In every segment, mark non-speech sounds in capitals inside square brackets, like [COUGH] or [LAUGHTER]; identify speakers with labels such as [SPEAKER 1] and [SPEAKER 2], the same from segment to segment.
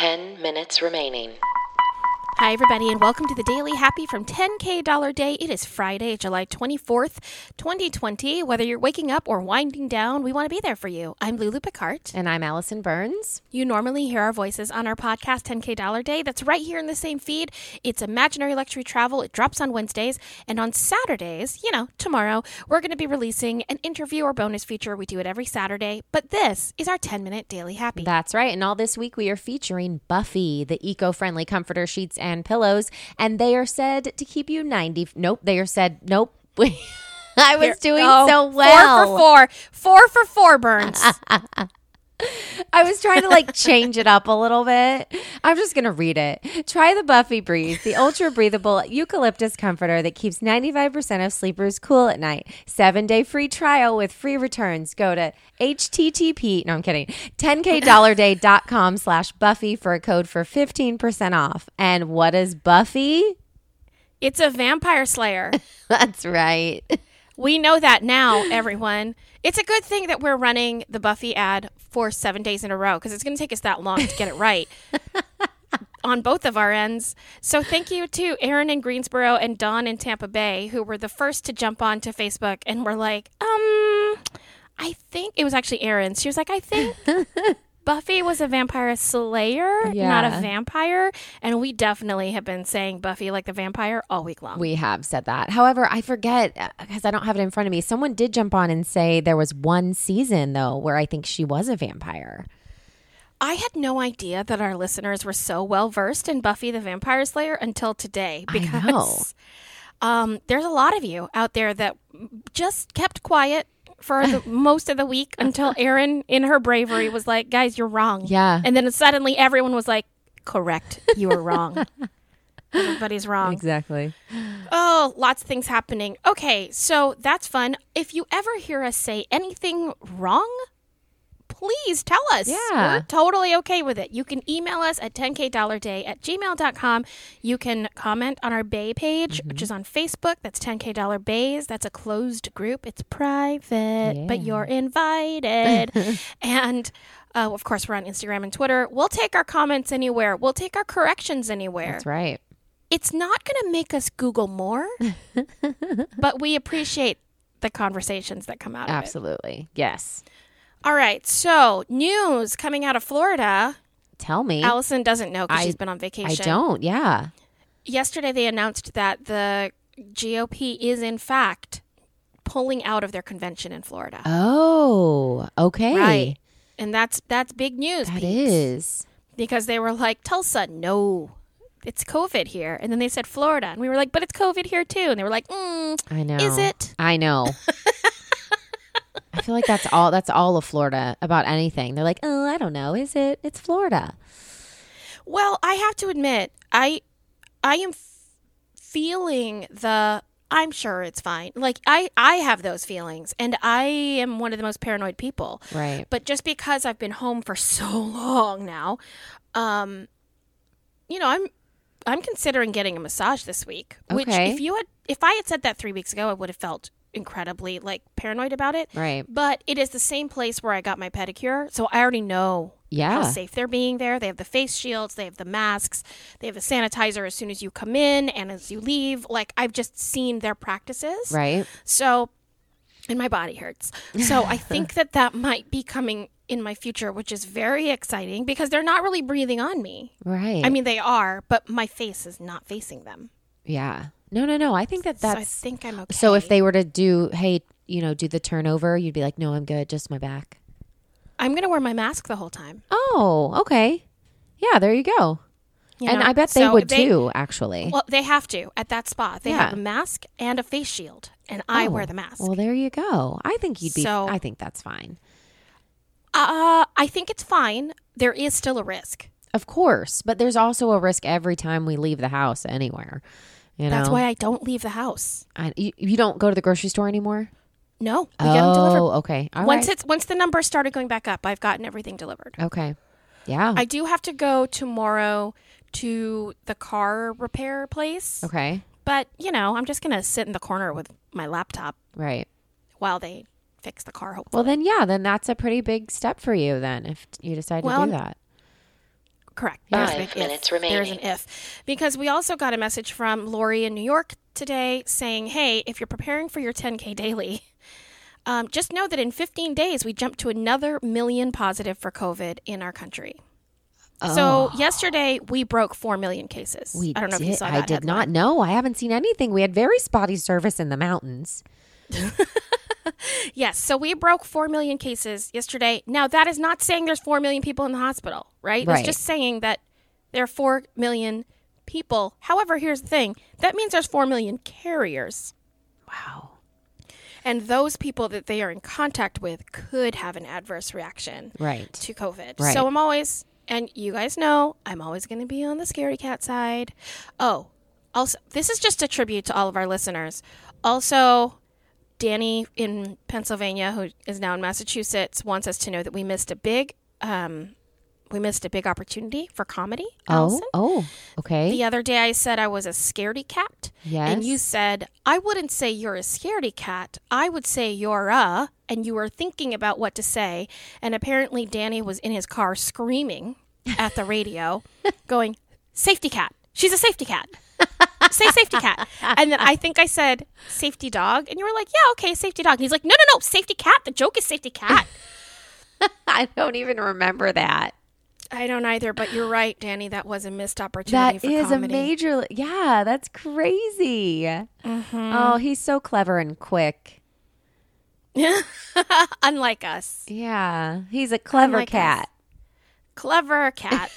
[SPEAKER 1] 10 minutes remaining.
[SPEAKER 2] Hi, everybody, and welcome to the Daily Happy from 10K Dollar Day. It is Friday, July 24th, 2020. Whether you're waking up or winding down, we want to be there for you. I'm Lulu Picard.
[SPEAKER 3] And I'm Allison Burns.
[SPEAKER 2] You normally hear our voices on our podcast, 10K Dollar Day. That's right here in the same feed. It's Imaginary Luxury Travel. It drops on Wednesdays. And on Saturdays, you know, tomorrow, we're going to be releasing an interview or bonus feature. We do it every Saturday. But this is our 10 minute Daily Happy.
[SPEAKER 3] That's right. And all this week we are featuring Buffy, the eco friendly comforter sheets and pillows. And they are said to keep you 90. Nope. They are said, nope. [LAUGHS] I was doing
[SPEAKER 2] Oh,
[SPEAKER 3] so well.
[SPEAKER 2] Four for four. Four for four,
[SPEAKER 3] [LAUGHS]
[SPEAKER 2] Burns.
[SPEAKER 3] I was trying to like change it up a little bit. I'm just going to read it. Try the Buffy Breeze, the ultra breathable eucalyptus comforter that keeps 95% of sleepers cool at night. Seven day free trial with free returns. Go to HTTP. No, I'm kidding. 10kdollarday.com slash Buffy for a code for 15% off. And what is Buffy? [LAUGHS]
[SPEAKER 2] It's a vampire slayer.
[SPEAKER 3] That's right.
[SPEAKER 2] We know that now, everyone. It's a good thing that we're running the Buffy ad for seven days in a row because it's going to take us that long to get it right on both of our ends. So, thank you to Aaron in Greensboro and Don in Tampa Bay, who were the first to jump on to Facebook and were like, um, I think it was actually Aaron. She was like, I think. Buffy was a vampire slayer, not
[SPEAKER 3] Yeah.
[SPEAKER 2] a vampire. And we definitely have been saying Buffy like the vampire all week long.
[SPEAKER 3] We have said that. However, I forget because I don't have it in front of me. Someone did jump on and say there was one season though where I think she was a vampire.
[SPEAKER 2] I had no idea that our listeners were so well versed in Buffy the Vampire Slayer until today because
[SPEAKER 3] know.
[SPEAKER 2] [LAUGHS] um, there's a lot of you out there that just kept quiet for
[SPEAKER 3] [LAUGHS]
[SPEAKER 2] the, most of the week until Erin, in her bravery, was like, "Guys, you're wrong."
[SPEAKER 3] Yeah.
[SPEAKER 2] and then suddenly everyone was like, "Correct, you were
[SPEAKER 3] [LAUGHS]
[SPEAKER 2] wrong." Everybody's wrong.
[SPEAKER 3] Exactly.
[SPEAKER 2] Oh, lots of things happening. Okay, so that's fun. If you ever hear us say anything wrong, please tell us.
[SPEAKER 3] Yeah.
[SPEAKER 2] We're totally okay with it. You can email us at 10kdollarday at gmail.com. You can comment on our Bay page, which is on Facebook. That's 10k dollar bays. That's a closed group. It's private, but you're invited. and uh, of course, we're on Instagram and Twitter. We'll take our comments anywhere. We'll take our corrections anywhere
[SPEAKER 3] That's right.
[SPEAKER 2] it's not going to make us Google
[SPEAKER 3] [LAUGHS]
[SPEAKER 2] more, but we appreciate the conversations that come out of it.
[SPEAKER 3] Absolutely. Yes.
[SPEAKER 2] All right. So, news coming out of Florida.
[SPEAKER 3] Tell me.
[SPEAKER 2] Allison doesn't know because
[SPEAKER 3] I-
[SPEAKER 2] she's been on
[SPEAKER 3] I
[SPEAKER 2] vacation.
[SPEAKER 3] don't. Yeah.
[SPEAKER 2] Yesterday, they announced that the GOP is, in fact, pulling out of their convention in Florida.
[SPEAKER 3] Oh, okay.
[SPEAKER 2] Right. And that's that's big news
[SPEAKER 3] That
[SPEAKER 2] peeps,
[SPEAKER 3] is.
[SPEAKER 2] because they were like, Tulsa, no, it's COVID here. And then they said Florida. And we were like, but it's COVID here too. And they were like, mm,
[SPEAKER 3] I know.
[SPEAKER 2] Is it? [LAUGHS]
[SPEAKER 3] I know. I feel like that's all that's all of Florida about anything. They're like, "Oh, I don't know. Is it? It's Florida."
[SPEAKER 2] Well, I have to admit, I I am f- feeling the I'm sure it's fine. Like I I have those feelings and I am one of the most paranoid people.
[SPEAKER 3] Right.
[SPEAKER 2] But just because I've been home for [LAUGHS] so long now, um you know, I'm I'm considering getting a massage this week, which
[SPEAKER 3] Okay.
[SPEAKER 2] if you had if I had said that 3 weeks ago, I would have felt incredibly like paranoid about it.
[SPEAKER 3] Right.
[SPEAKER 2] But it is the same place where I got my pedicure, so I already know how
[SPEAKER 3] Yeah.
[SPEAKER 2] safe they're being there. They have the face shields, they have the masks, they have the sanitizer as soon as you come in and as you leave. Like I've just seen their practices.
[SPEAKER 3] Right.
[SPEAKER 2] So, and my body hurts. So
[SPEAKER 3] [LAUGHS]
[SPEAKER 2] I think that that might be coming in my future, which is very exciting because they're not really breathing on me.
[SPEAKER 3] Right.
[SPEAKER 2] I mean, they are, but my face is not facing them.
[SPEAKER 3] yeah. No, no, no. I think that
[SPEAKER 2] so I
[SPEAKER 3] that's
[SPEAKER 2] think I'm okay.
[SPEAKER 3] So if they were to do, hey, you know, do the turnover, you'd be like, no, I'm good, just my back.
[SPEAKER 2] I'm going to wear my mask the whole time.
[SPEAKER 3] Oh, okay. Yeah, there you go.
[SPEAKER 2] you
[SPEAKER 3] and
[SPEAKER 2] know?
[SPEAKER 3] I bet they
[SPEAKER 2] So
[SPEAKER 3] would too, actually.
[SPEAKER 2] Well, they have to at that spot. They have
[SPEAKER 3] Yeah.
[SPEAKER 2] a mask and a face shield, and I wear
[SPEAKER 3] Oh,
[SPEAKER 2] the mask.
[SPEAKER 3] Well, there you go. I think you'd be.
[SPEAKER 2] So-
[SPEAKER 3] I think that's fine.
[SPEAKER 2] Uh, I think it's fine. There is still a risk.
[SPEAKER 3] Of course, but there's also a risk every time we leave the house anywhere. You know,
[SPEAKER 2] That's why I don't leave the house.
[SPEAKER 3] I, you, you don't go to the grocery store anymore.
[SPEAKER 2] No, we get them delivered.
[SPEAKER 3] Oh, okay. All right. Oh.
[SPEAKER 2] once it's once the numbers started going back up, I've gotten everything delivered.
[SPEAKER 3] okay. Yeah.
[SPEAKER 2] I do have to go tomorrow to the car repair place,
[SPEAKER 3] okay.
[SPEAKER 2] but you know, I'm just gonna sit in the corner with my laptop
[SPEAKER 3] Right.
[SPEAKER 2] while they fix the car. Hopefully,
[SPEAKER 3] Well, then, yeah, then that's a pretty big step for you. Then, if you decide
[SPEAKER 2] Well,
[SPEAKER 3] to do that,
[SPEAKER 2] Correct.
[SPEAKER 3] Yeah.
[SPEAKER 2] There's an
[SPEAKER 1] Five
[SPEAKER 2] if.
[SPEAKER 1] minutes
[SPEAKER 2] There's an
[SPEAKER 1] remaining.
[SPEAKER 2] if. Because we also got a message from Lori in New York today saying, hey, if you're preparing for your 10K daily, um, just know that in 15 days, we jump to another million positive for COVID in our country. So yesterday, we broke 4 million cases.
[SPEAKER 3] Oh. We
[SPEAKER 2] I don't know
[SPEAKER 3] did,
[SPEAKER 2] if you saw that.
[SPEAKER 3] I did
[SPEAKER 2] headline.
[SPEAKER 3] not know. I haven't seen anything. We had very spotty service in the mountains.
[SPEAKER 2] Yes. So we broke 4 million cases yesterday. Now, that is not saying there's 4 million people in the hospital, right?
[SPEAKER 3] Right.
[SPEAKER 2] It's just saying that there are 4 million people. However, here's the thing that means there's 4 million carriers.
[SPEAKER 3] Wow.
[SPEAKER 2] And those people that they are in contact with could have an adverse reaction
[SPEAKER 3] Right.
[SPEAKER 2] to COVID.
[SPEAKER 3] Right.
[SPEAKER 2] So I'm always, and you guys know, I'm always going to be on the scary cat side. Oh, also, this is just a tribute to all of our listeners. Also, Danny in Pennsylvania, who is now in Massachusetts, wants us to know that we missed a big, um, we missed a big opportunity for comedy. Allison.
[SPEAKER 3] Oh, oh, okay.
[SPEAKER 2] The [LAUGHS] other day I said I was a scaredy cat. And you
[SPEAKER 3] Yes.
[SPEAKER 2] said, I wouldn't say you're a scaredy cat. I would say you're a. And you were thinking about what to say. And apparently Danny was in his car screaming at the
[SPEAKER 3] [LAUGHS]
[SPEAKER 2] radio, going, Safety cat. She's a safety cat. Say safety cat. And then I think I said safety dog. And you were like, Yeah, okay, safety dog. And he's like, No, no, no, safety cat. The joke is safety
[SPEAKER 3] [LAUGHS]
[SPEAKER 2] cat.
[SPEAKER 3] I don't even remember that.
[SPEAKER 2] I don't either, but you're right, Danny. That was a missed opportunity
[SPEAKER 3] That
[SPEAKER 2] for
[SPEAKER 3] is
[SPEAKER 2] comedy.
[SPEAKER 3] a major. Yeah, that's crazy.
[SPEAKER 2] Mm-hmm.
[SPEAKER 3] Oh, he's so clever and quick.
[SPEAKER 2] [LAUGHS] Unlike us.
[SPEAKER 3] Yeah, he's a clever
[SPEAKER 2] Unlike us.
[SPEAKER 3] cat.
[SPEAKER 2] Clever [LAUGHS] cat.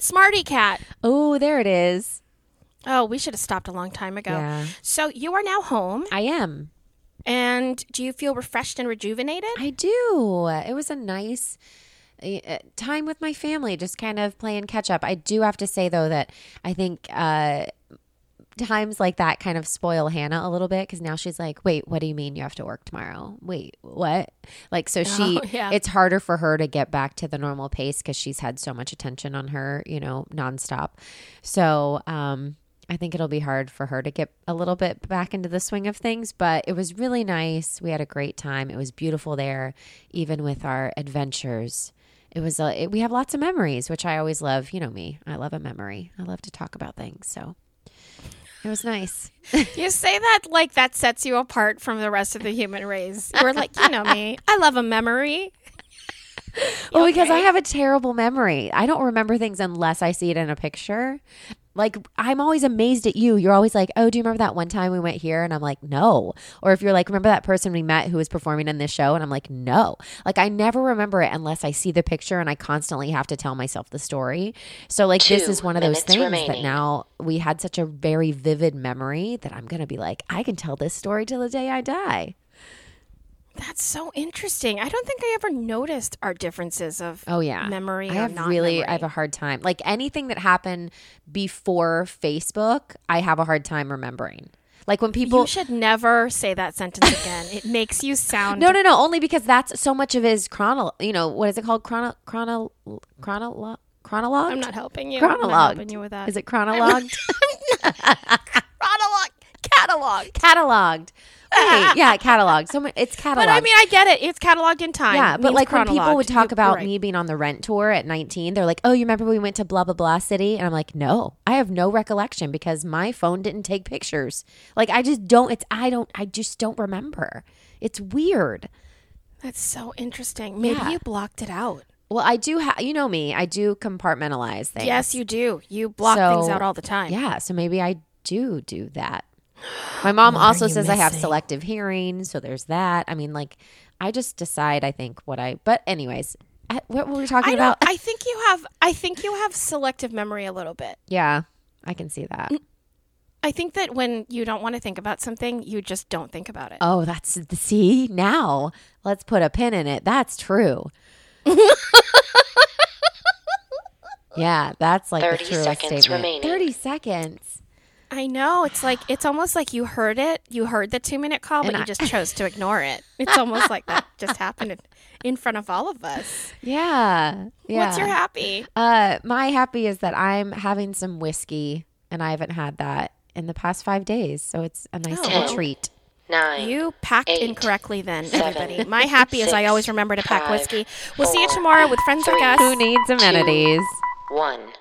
[SPEAKER 2] Smarty cat.
[SPEAKER 3] Oh, there it is.
[SPEAKER 2] Oh, we should have stopped a long time ago.
[SPEAKER 3] Yeah.
[SPEAKER 2] So you are now home,
[SPEAKER 3] I am.
[SPEAKER 2] and do you feel refreshed and rejuvenated?
[SPEAKER 3] I do. It was a nice uh, time with my family, just kind of playing catch up. I do have to say though that I think uh, times like that kind of spoil Hannah a little bit because now she's like, "Wait, what do you mean you have to work tomorrow? Wait, what?" Like, so she,
[SPEAKER 2] Oh, yeah.
[SPEAKER 3] it's harder for her to get back to the normal pace because she's had so much attention on her, you know, nonstop. So, um. I think it'll be hard for her to get a little bit back into the swing of things, but it was really nice. We had a great time. It was beautiful there, even with our adventures. It was a, it, we have lots of memories, which I always love. You know me, I love a memory. I love to talk about things. So it was nice.
[SPEAKER 2] [LAUGHS] You say that like that sets you apart from the rest of the human race. You're like, you know me. [LAUGHS] I love a memory.
[SPEAKER 3] [LAUGHS] Well, because I have a terrible memory. I don't remember things unless I see it in a picture. Like I'm always amazed at you. You're always like, "Oh, do you remember that one time we went here?" And I'm like, "No." Or if you're like, "Remember that person we met who was performing in this show?" And I'm like, "No." Like I never remember it unless I see the picture, and I constantly have to tell myself the story. So like this
[SPEAKER 1] Two
[SPEAKER 3] is one of those
[SPEAKER 1] minutes
[SPEAKER 3] things that
[SPEAKER 1] remaining.
[SPEAKER 3] now we had such a very vivid memory that I'm gonna be like, I can tell this story till the day I die.
[SPEAKER 2] That's so interesting. I don't think I ever noticed our differences of
[SPEAKER 3] Oh yeah,
[SPEAKER 2] memory.
[SPEAKER 3] I
[SPEAKER 2] or
[SPEAKER 3] have
[SPEAKER 2] not
[SPEAKER 3] really,
[SPEAKER 2] memory.
[SPEAKER 3] I have a hard time. Like anything that happened before Facebook, I have a hard time remembering. Like when people,
[SPEAKER 2] you should never say that sentence again. it makes [LAUGHS] you sound
[SPEAKER 3] no, no, no, only because that's so much of his chrono. You know what is it called? Chrono, chrono, chronologue, chronologue.
[SPEAKER 2] I'm not helping you. I'm not helping
[SPEAKER 3] chronologue.
[SPEAKER 2] you with that.
[SPEAKER 3] Is
[SPEAKER 2] [LAUGHS]
[SPEAKER 3] it chronologue?
[SPEAKER 2] catalog? Catalog.
[SPEAKER 3] cataloged. Wait, yeah, cataloged. So mu- it's cataloged.
[SPEAKER 2] But I mean, I get it. It's cataloged in time.
[SPEAKER 3] Yeah,
[SPEAKER 2] It
[SPEAKER 3] but
[SPEAKER 2] means
[SPEAKER 3] like when people would
[SPEAKER 2] chronologed.
[SPEAKER 3] talk
[SPEAKER 2] You're
[SPEAKER 3] about
[SPEAKER 2] right.
[SPEAKER 3] me being on the rent tour at 19, they're like, "Oh, you remember we went to blah blah blah city?" And I'm like, "No, I have no recollection because my phone didn't take pictures. Like I just don't. It's I don't. I just don't remember. It's weird.
[SPEAKER 2] That's so interesting. Maybe
[SPEAKER 3] Yeah.
[SPEAKER 2] you blocked it out.
[SPEAKER 3] Well, I do. Ha- you know me. I do compartmentalize things.
[SPEAKER 2] Yes, you do. You block things
[SPEAKER 3] So-
[SPEAKER 2] out all the time.
[SPEAKER 3] Yeah. So maybe I do do that. My mom also
[SPEAKER 2] you
[SPEAKER 3] says I have
[SPEAKER 2] missing?
[SPEAKER 3] selective hearing, so there's that. I mean, like, I just decide. I think what I. But anyways, I, what were we talking
[SPEAKER 2] I don't.
[SPEAKER 3] about?
[SPEAKER 2] I think you have. I think you have selective memory a little bit.
[SPEAKER 3] yeah, I can see that.
[SPEAKER 2] I think that when you don't want to think about something, you just don't think about it.
[SPEAKER 3] Oh, that's the see now. Let's put a pin in it. That's true. [LAUGHS] yeah, that's like
[SPEAKER 1] 30
[SPEAKER 3] the truest
[SPEAKER 1] seconds
[SPEAKER 3] statement.
[SPEAKER 1] remaining.
[SPEAKER 3] Thirty seconds.
[SPEAKER 2] I know. It's like it's almost like you heard it. You heard the two minute call, but
[SPEAKER 3] And
[SPEAKER 2] you
[SPEAKER 3] I-
[SPEAKER 2] just chose to ignore it. It's almost like
[SPEAKER 3] [LAUGHS]
[SPEAKER 2] that just happened in, in front of all of us.
[SPEAKER 3] Yeah, yeah.
[SPEAKER 2] What's your happy?
[SPEAKER 3] uh? My happy is that I'm having some whiskey, and I haven't had that in the past five days, so it's a nice
[SPEAKER 2] Oh,
[SPEAKER 3] little
[SPEAKER 1] wow.
[SPEAKER 3] treat.
[SPEAKER 1] Nine.
[SPEAKER 2] You packed
[SPEAKER 1] eight,
[SPEAKER 2] incorrectly then,
[SPEAKER 1] seven,
[SPEAKER 2] everybody. My happy is I
[SPEAKER 1] six,
[SPEAKER 2] always remember to pack
[SPEAKER 1] five,
[SPEAKER 2] whiskey. We'll see you
[SPEAKER 1] four,
[SPEAKER 2] tomorrow with friends like
[SPEAKER 1] three,
[SPEAKER 2] us.
[SPEAKER 3] Who needs amenities?
[SPEAKER 1] one.